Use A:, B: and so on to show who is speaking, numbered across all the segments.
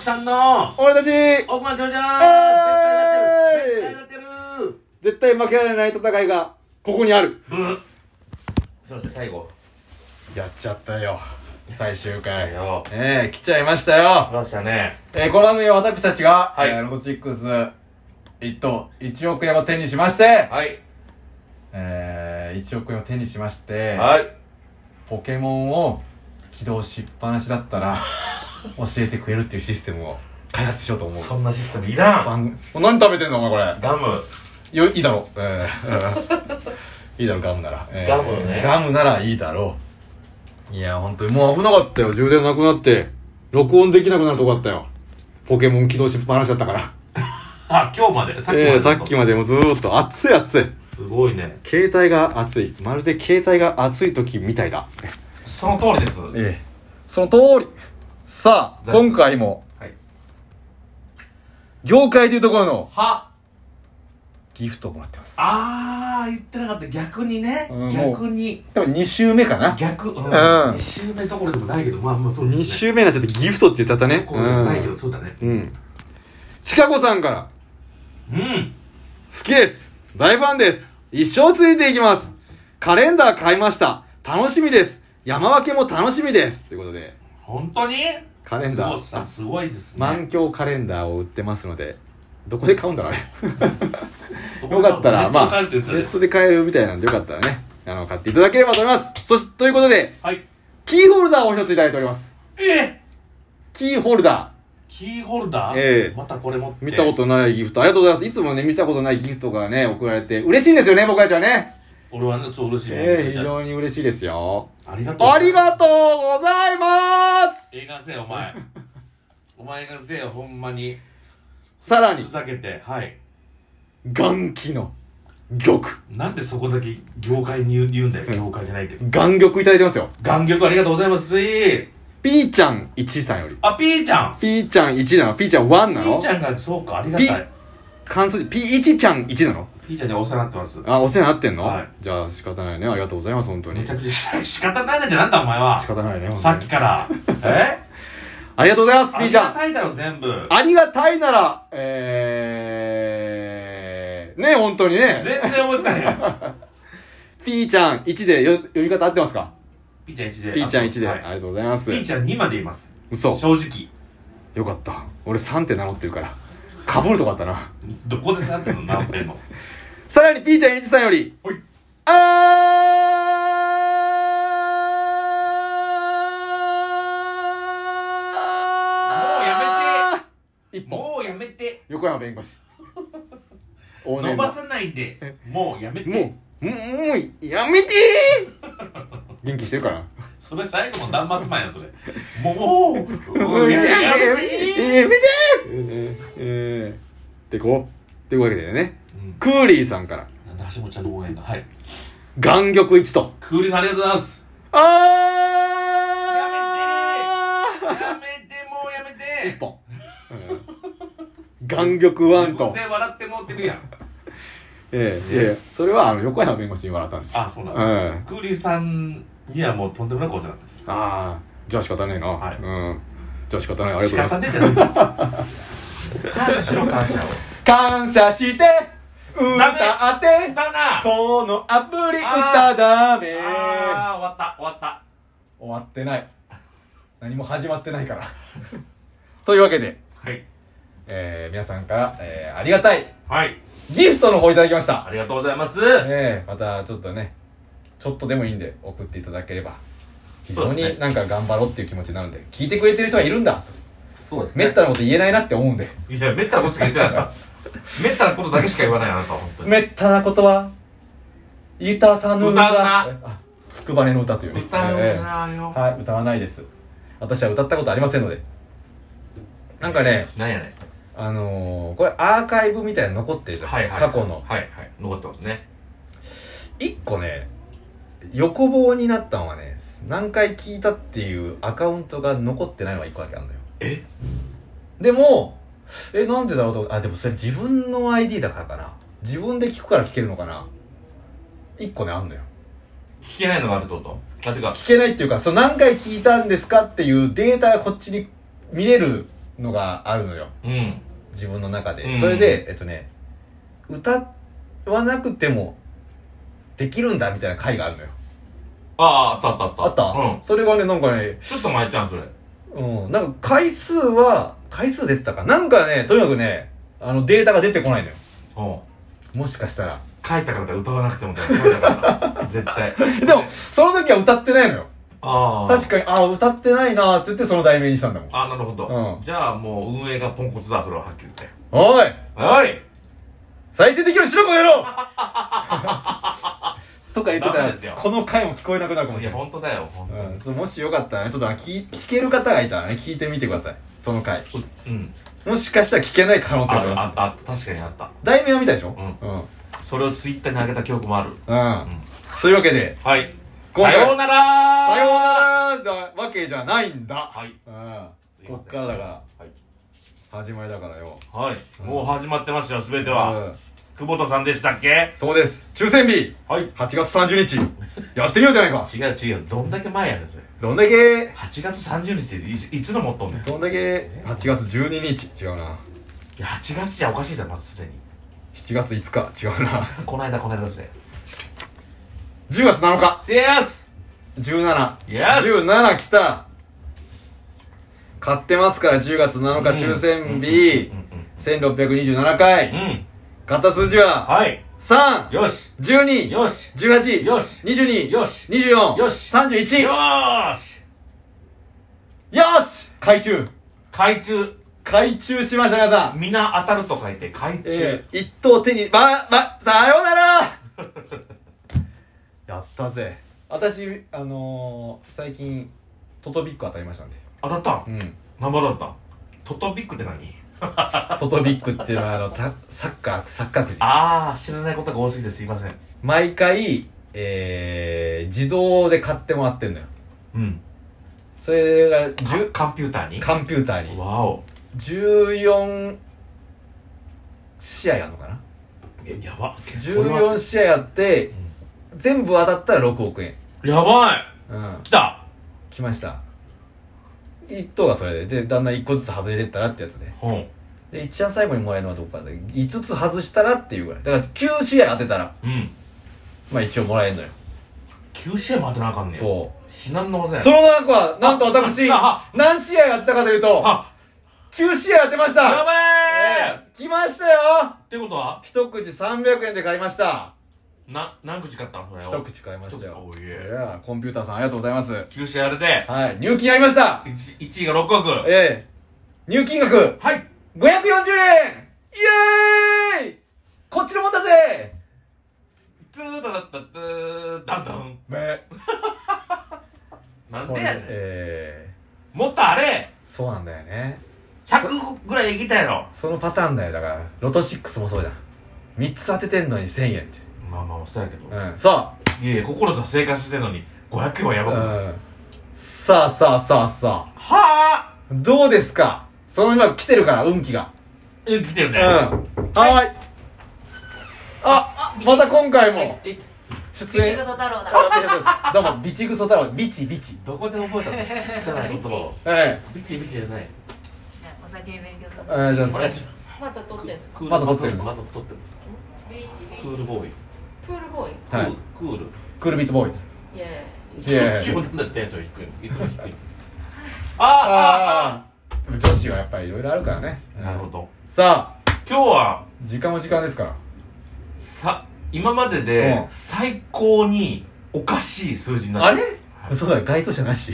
A: さんの
B: 俺たち
A: 億万長者絶対
B: えい
A: なってる絶対なってる
B: 絶対負けられない戦いがここにある
A: ブーすいません最後
B: やっちゃったよ最終回
A: よ
B: ええ来ちゃいましたよ、
A: ましたね
B: えー、ご覧のよう私たちが、
A: はい
B: えーロトチックス一等1億円を手にしまして、
A: はい
B: えー、1億円を手にしまして、
A: はい
B: ポケモンを起動しっぱなしだったら 教えてくれるっていうシステムを開発しようと思う
A: そんなシステムいらん
B: 番組何食べてんのお前これ
A: ガム
B: よいいだろう、えー いいだろうガムなら、えー
A: ガムね
B: ガムならいいだろういや本当にもう危なかったよ充電なくなって録音できなくなるとこだったよポケモン起動しっぱなしだったから
A: あ今日までさっきまで、
B: えーさっきまでもずーっと熱い熱い
A: すごいね
B: 携帯が熱いまるで携帯が熱い時みたいだ
A: その通りです
B: ええその通りさあ
A: ザイツ
B: 今回も
A: はい
B: 業界でいうところの
A: は
B: ギフトをもらってます
A: あー言ってなかった逆にね、
B: うん
A: 逆に
B: 多分2週目かな
A: 逆うん、
B: ん
A: 2週目どころでもないけどまあまあそうですね
B: 2週目になっちゃってギフトって言っちゃったね
A: こうでもないけど
B: う
A: そうだね
B: ん、うん、シカゴさんから
A: うん
B: 「好きです大ファンです一生ついていきますカレンダー買いました楽しみです山分けも楽しみです」ということで
A: 本当に
B: カレン
A: 久
B: ダ
A: 保田さん
B: ー
A: すごいですね、
B: 満響カレンダーを売ってますのでどこで買うんだろうあれよかったら、まあ、
A: ネ
B: ネ
A: ットで買えるって言ってたね
B: ットで買えるみたいなんでよかったらね、あの、買っていただければと思います。そし、ということで、
A: はい
B: キーホルダーを一ついただいております。
A: え
B: キーホルダ
A: キーホルダー、
B: ええ
A: またこれ持って
B: ー。見たことないギフト、ありがとうございます。いつもね、見たことないギフトがね、送られて、嬉しいんですよね、僕たちはね。
A: 俺はねそう嬉しいもん
B: ええー、
A: じ
B: 非
A: ゃあ
B: 常に嬉しいですよ。
A: ありがとう
B: ありがとうございます
A: 映画せえお前お前がせえよほんまに
B: さらに
A: ふ、ざけてはい
B: 眼気の玉。
A: なんでそこだけ業界に言う言うんだよ業界じゃないけど
B: 眼玉いただいてますよ。
A: 眼力ありがとうございます
B: ピーちゃん1さんより。
A: あピーちゃん
B: ピーちゃん1なのピーちゃん1
A: ピ
B: な
A: ー
B: の
A: ちゃんがそうかありが
B: ピ
A: たい
B: 関数字、ピー1ちゃん1なの
A: ピーちゃんにはお世話になってます
B: あ、お世話になってんの、
A: はい
B: じゃあ仕方ないね。ありがとうございます、本当に。
A: めち
B: 仕
A: ゃくちゃ仕方ないねってなんだお前は
B: 方ないね、本当に
A: さっきからえ
B: ありがとうございます、
A: あ
B: みー
A: り
B: ちゃ
A: が
B: ん。
A: たいだろ全部
B: ありがたいなら、えー、ね、本当にね。
A: 全然思いつかへんよ
B: ピーちゃん1でよ呼び方合ってますか
A: ピーちゃん1で
B: ピーちゃん1で、
A: はい
B: ありがとうございます
A: ピ。ーちゃん2まで言います
B: 嘘。
A: 正直
B: よかった。俺3って名乗ってるから。かぶるとこあったな。
A: どこでなんての何遍も
B: さらにピーちゃん1さんより、
A: ほい
B: あー
A: もうやめて
B: 一本。
A: もうやめて
B: 横山弁護士往
A: 伸
B: 年
A: ば
B: の
A: さないでもうやめて
B: もうもうもうやめてー元気してるから
A: それ最後の断末魔やそれもうもうや
B: や
A: めてやめて
B: めやめてーえーえーでこうっていうわけでね
A: うん
B: クーリーさんから
A: なんで橋本ちゃんの応援だはい
B: 眼玉一と
A: クーリーさんありがとうございます
B: あ
A: やめて
B: ー
A: もうやめて
B: 一本、うん、眼玉ワ ン
A: 自
B: と
A: 分で笑ってもうてるやん
B: ええええそれはあの横山弁護士に笑ったんですよ
A: あそうなん
B: う
A: ですね
B: ん
A: クーリーさんにはもうとんでもなくお世話になってます
B: ああじゃあ仕方ねえな、
A: はい
B: うんじゃあ仕方ないありがとうご
A: 仕方ね
B: ざいます
A: えじゃないです感謝しろ感謝を
B: 感謝して歌って
A: だな
B: このアプリ歌だめ
A: あー終わった終わった
B: 終わってない何も始まってないから というわけで、
A: はい
B: えー、皆さんから、えー、ありがたい
A: はい
B: ギフトの方いただきました
A: ありがとうございます
B: えー、またちょっとねちょっとでもいいんで送っていただければ非
A: そ
B: 常
A: うですね
B: になんか頑張ろうっていう気持ちになるんで聞いてくれてる人がいるんだ
A: そうです
B: めったなこと言えないなって思うんで
A: いやめったなことしか言ってないからめったなことだけしか言わないあなたは本当に
B: めったなことは言いたさぬ
A: 歌うな
B: あつくばねの歌というね
A: めったなこと
B: ええ
A: ないよ
B: はい、歌わないです。私は歌ったことありませんので。なんかね、
A: なんやね
B: あのー、これアーカイブみたいなの残ってるじゃん。
A: はいはい
B: 過去の。
A: はいはい残ってますね
B: 一個ね、横棒になったのはね、何回聞いたっていうアカウントが残ってないのが一個だけあるのよ。
A: え
B: でも、え、なんでだろうと思ってあ、でもそれ自分の ID だからかな。自分で聞くから聞けるのかな。一個ね、あんのよ。
A: 聞けないのがあるってことあてか
B: 聞けないっていうか、その何回聞いたんですかっていうデータがこっちに見れるのがあるのよ
A: うん。
B: 自分の中で、
A: うん
B: それでえっとね歌わなくてもできるんだみたいな回があるのよ
A: ああ、あったあったあった。
B: あった、
A: うん。
B: それがねなんかね
A: ちょっと前ちゃん、それ。
B: うんなんか回数は回数出てたかなんかねとにかくねあのデータが出てこないのよ
A: うん。
B: もしかしたら
A: 書いたからだ歌わなくてもだよ書いたからだ絶対
B: でもその時は歌ってないのよ
A: ああ
B: 確
A: か
B: かにああ歌ってないなーって言ってその題名にしたんだもん
A: あなるほど、
B: うん
A: じゃあもう運営がポンコツだそれははっきり言って
B: おい
A: おい
B: 再生できる白子 やろとか言ってた
A: ダメ
B: ら
A: ですよ
B: この回も聞こえなくなるかも
A: い
B: し
A: や
B: れない
A: 本当だよ本当
B: うん、ちょっともしよかったらねちょっと聞聞ける方がいたらね聞いてみてくださいその回
A: うん
B: もしかしたら聞けない可能性
A: あ
B: があり
A: あ
B: ま
A: ったあった確かにあった
B: す題名は見たでしょ
A: う
B: うん、うん
A: それをツイッターに上げた記憶もある
B: というわけで
A: はい
B: 今
A: さ
B: 回
A: ようなら
B: さよう
A: ら
B: ならなわけじゃないんだ、
A: はい
B: うん、
A: すいません
B: こっからだから
A: はい、
B: 始まりだからよ
A: はいもう始まってますよ全て
B: う
A: は
B: ん
A: 久保田さんでしたっけ
B: そうです抽選日
A: はい
B: 8月30日 やってみようじゃないか
A: 違う違うどんだけ前やねんそれ
B: どんだけ
A: 8月30日っていついつのもっとんねんい
B: どんだけ8月12日違うな
A: や8月じゃおかしいだろまずすでに
B: 7月5日違うな
A: この間この間で
B: 10月7日
A: セース
B: 17
A: Yes
B: 17来た買ってますから10月7日
A: うん
B: 抽選
A: う
B: 日1627
A: んうん
B: 回
A: うんうん。
B: 買った数字は
A: はい。
B: 3
A: よし。
B: 12
A: よし。
B: 18
A: よし
B: 22
A: よし
B: 24
A: よし
B: 31
A: よ
B: よ
A: ーし。
B: し海中
A: 海中。
B: 海中しました皆さん
A: 皆当たると書いて、海中
B: え。ー、一等手に、ま、ま、さようなら やったぜ。私、あのー、最近、トトビック当たりましたんで。
A: 当たったん
B: うん。
A: 何番だったんトトビックって何
B: トトビックっていうのは、あの、たサッカー、サッカーくじ。
A: あー、知らないことが多すぎてすいません。
B: 毎回、えー、自動で買ってもらってんのよ。
A: うん。
B: それが、
A: カ
B: 10、
A: カンピューターに
B: カンピューターに、
A: わお。
B: 14試合やるのかな
A: え、やば。それは
B: ?14 試合やって、全部当たったら6億円。
A: やばい。
B: うん。
A: 来た。
B: 来ました一等がそれででだんだん一個ずつ外れてったらってやつで
A: うん。
B: で一番最後にもらえるのはどこかで5つ外したらっていうぐらいだから9試合当てたら
A: うん。
B: まあ一応もらえるのよ、
A: 9試合も当てなあかんねん。
B: そ
A: 至難の技
B: う
A: や
B: そ。の中はなんと 私
A: ああ
B: 何試合やったかというと
A: あ、
B: 9試合当てました
A: やばい
B: ええ来ましたよ
A: ってことは
B: 一口300円で買いました
A: な、何口買ったのそれを
B: 一口買いましたよ
A: おい
B: い
A: え。
B: やコンピューターさんありがとうございます
A: 9試合当てて、
B: はい入金ありました
A: 1, 位が6億。
B: ええ入金額
A: はい。
B: 540円イエーイこっちのもんだぜ
A: ツータタタターダンダン。
B: ね
A: なん
B: こ
A: で
B: れ
A: やね
B: え
A: ん。もっとあれ、
B: ー、そうなんだよね
A: 100ぐらいできたやろ。
B: そのパターンだよだからロト6もそうじゃん3つ当ててんのに1000円って
A: まあまあ、そうやけど。
B: うんさ
A: いやいや、心と生活してんのに、500円はや
B: あう
A: ばくない。
B: んさあさあさあさあ
A: はぁ
B: どうですかその今来てるから運気が
A: え、来てる
B: うん
A: ね。
B: はーいあまた今回も
A: え、
B: 出
C: ビジ
B: 演
C: グソ太郎だ。
B: あビチグソどうもビチグソ太郎ビチビチ
A: どこで覚えたの汚い言葉を。
B: え
A: ビチビチじゃない。
C: お酒勉強さ
B: えお願いし
A: お
B: ま
A: 願い
B: す
A: します。
C: また撮ってんすか。
A: クール
B: まだ撮ってるんです
A: まだ撮ってます。
C: ビーチビー
A: ク
C: チ
A: ールボーイ。
C: プールボーイ。
A: ク
B: はい
A: ークール。
B: クールビートボーイズ
C: イエ
B: いやいや
A: 今日なんだテンション低いんです。いつも低いんです。 あーあ
B: 女子はやっぱりいろいろあるからね
A: ーあーなるほど。
B: さあ
A: 今日は、
B: 時間も時間ですから
A: さ今まで
B: う
A: で
B: ん
A: 最高におかしい数字にな
B: あ
A: っ
B: れ
A: た
B: 嘘だ該当者なし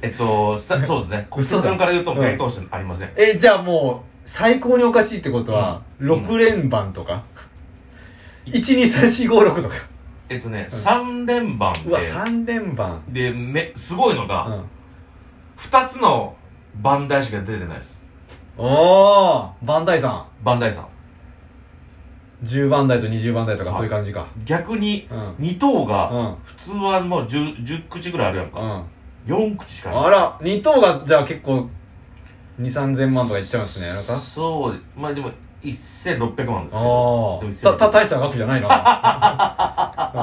A: えっとさそうですね国
B: 嘘だ
A: 際さんから言うと
B: うん
A: 回答者ありません、
B: えじゃあもう最高におかしいってことは、
A: うん
B: 6連番とか、123456とか
A: えっとね、三3連番
B: うわ3連番
A: ででめすごいの
B: う
A: が、
B: ん
A: 二2つの番台しか出てないです
B: おー番台さ
A: 番台さん
B: ん10番台と20番台とかそういう感じか
A: 逆に
B: うん
A: 2等
B: う
A: が
B: ん
A: 普通はもう 10, 10口ぐらいあるやん
B: う
A: か、
B: ん
A: 四4口しかない
B: あら2等がじゃあ結構23000万とかいっちゃうんですねなんか
A: そうまあでも1600万ですけど
B: あ
A: でも一
B: あ
A: 緒
B: たた大した額じゃないな、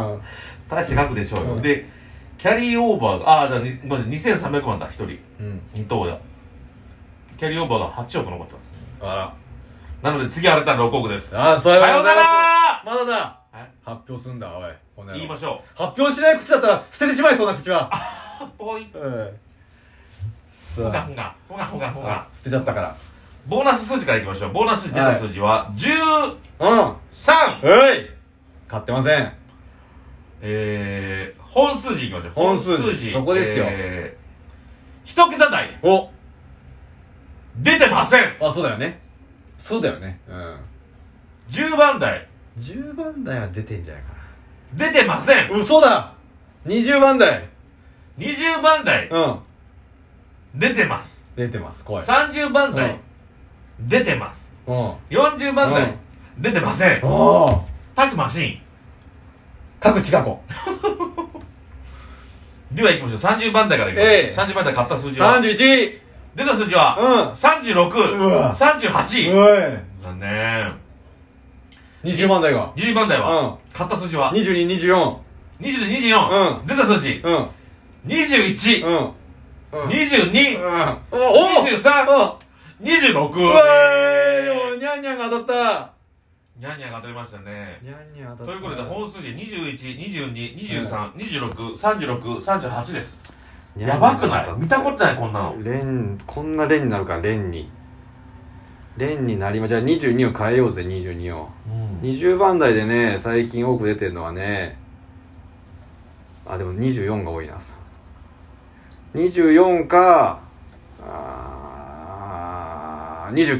B: うん
A: 大して額でしょうよ、
B: うん
A: でキャリーオーバーがああだからにごめんなさい2300万だ1人
B: うん
A: 二等だキャリーオーバーが8億残ってます。
B: あ
A: なので次新たな6億です。
B: ら。ああ、さようなら
A: さようなら
B: まだだ
A: はい
B: 発表すんだ、おい。この野郎
A: 言いましょ
B: 発表しない口だったら捨ててしまいそうな口は。
A: う。ポイ。
B: うん。
A: ほが
B: さ
A: ほが。ほがほがほ
B: あ
A: が。。
B: 捨てちゃったから。
A: ボーナス数字からいきましょう。ボーナス数字出た数字は、
B: うん。
A: 13!
B: おい買ってません。
A: えー、本数字いきましょう。
B: 本数字そこですよ
A: えー、一桁台、
B: お
A: 出てません
B: あ、そうだよね。そうだよね。うん。
A: !10 番台、
B: 10番台は出てんじゃないか
A: 出てません
B: な。嘘だ !20 番台
A: !20 番台、
B: うん。
A: 出てます。
B: 出てます、怖い。
A: 30番台、出てます。
B: うん。あ
A: 40番台、出てません。
B: あ
A: タクマシ
B: 各地過去。
A: ン。では行きましょう。30番台からいきましょう。
B: ええ
A: 30番台買った数字は
B: 31!
A: 出た数字は、
B: うんう
A: 36、
B: わ
A: 38。
B: お
A: 残念。
B: い !20 番台が。
A: 20番台は、
B: う
A: 買った数字は、
B: 22、24。
A: 20で24、
B: う
A: 出た数字、
B: うん。
A: 21、
B: うん。うん。
A: 22、
B: うん。おお
A: 23、
B: おう
A: 26。
B: わいにゃんにゃんが当たっ
A: ニャンニャンが当たりましたね
B: た。にゃんにゃん当
A: ということで、
B: ほん
A: 本数字21、22、23、26、36、38です。
B: にゃ
A: や
B: んにゃん
A: ばくな
B: 当
A: い
B: たっ
A: 見たことない、こんなの。
B: 連こんな連になるから連に連になりまじゃあ22を変えようぜ22を
A: うん
B: 20番台でね最近多く出てるのはねあでも24が多いな24かあ
A: 24
B: ー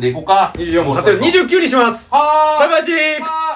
A: でいこうか。
B: 2924も勝てる29にします
A: はー
B: バイバイチークス
A: はーい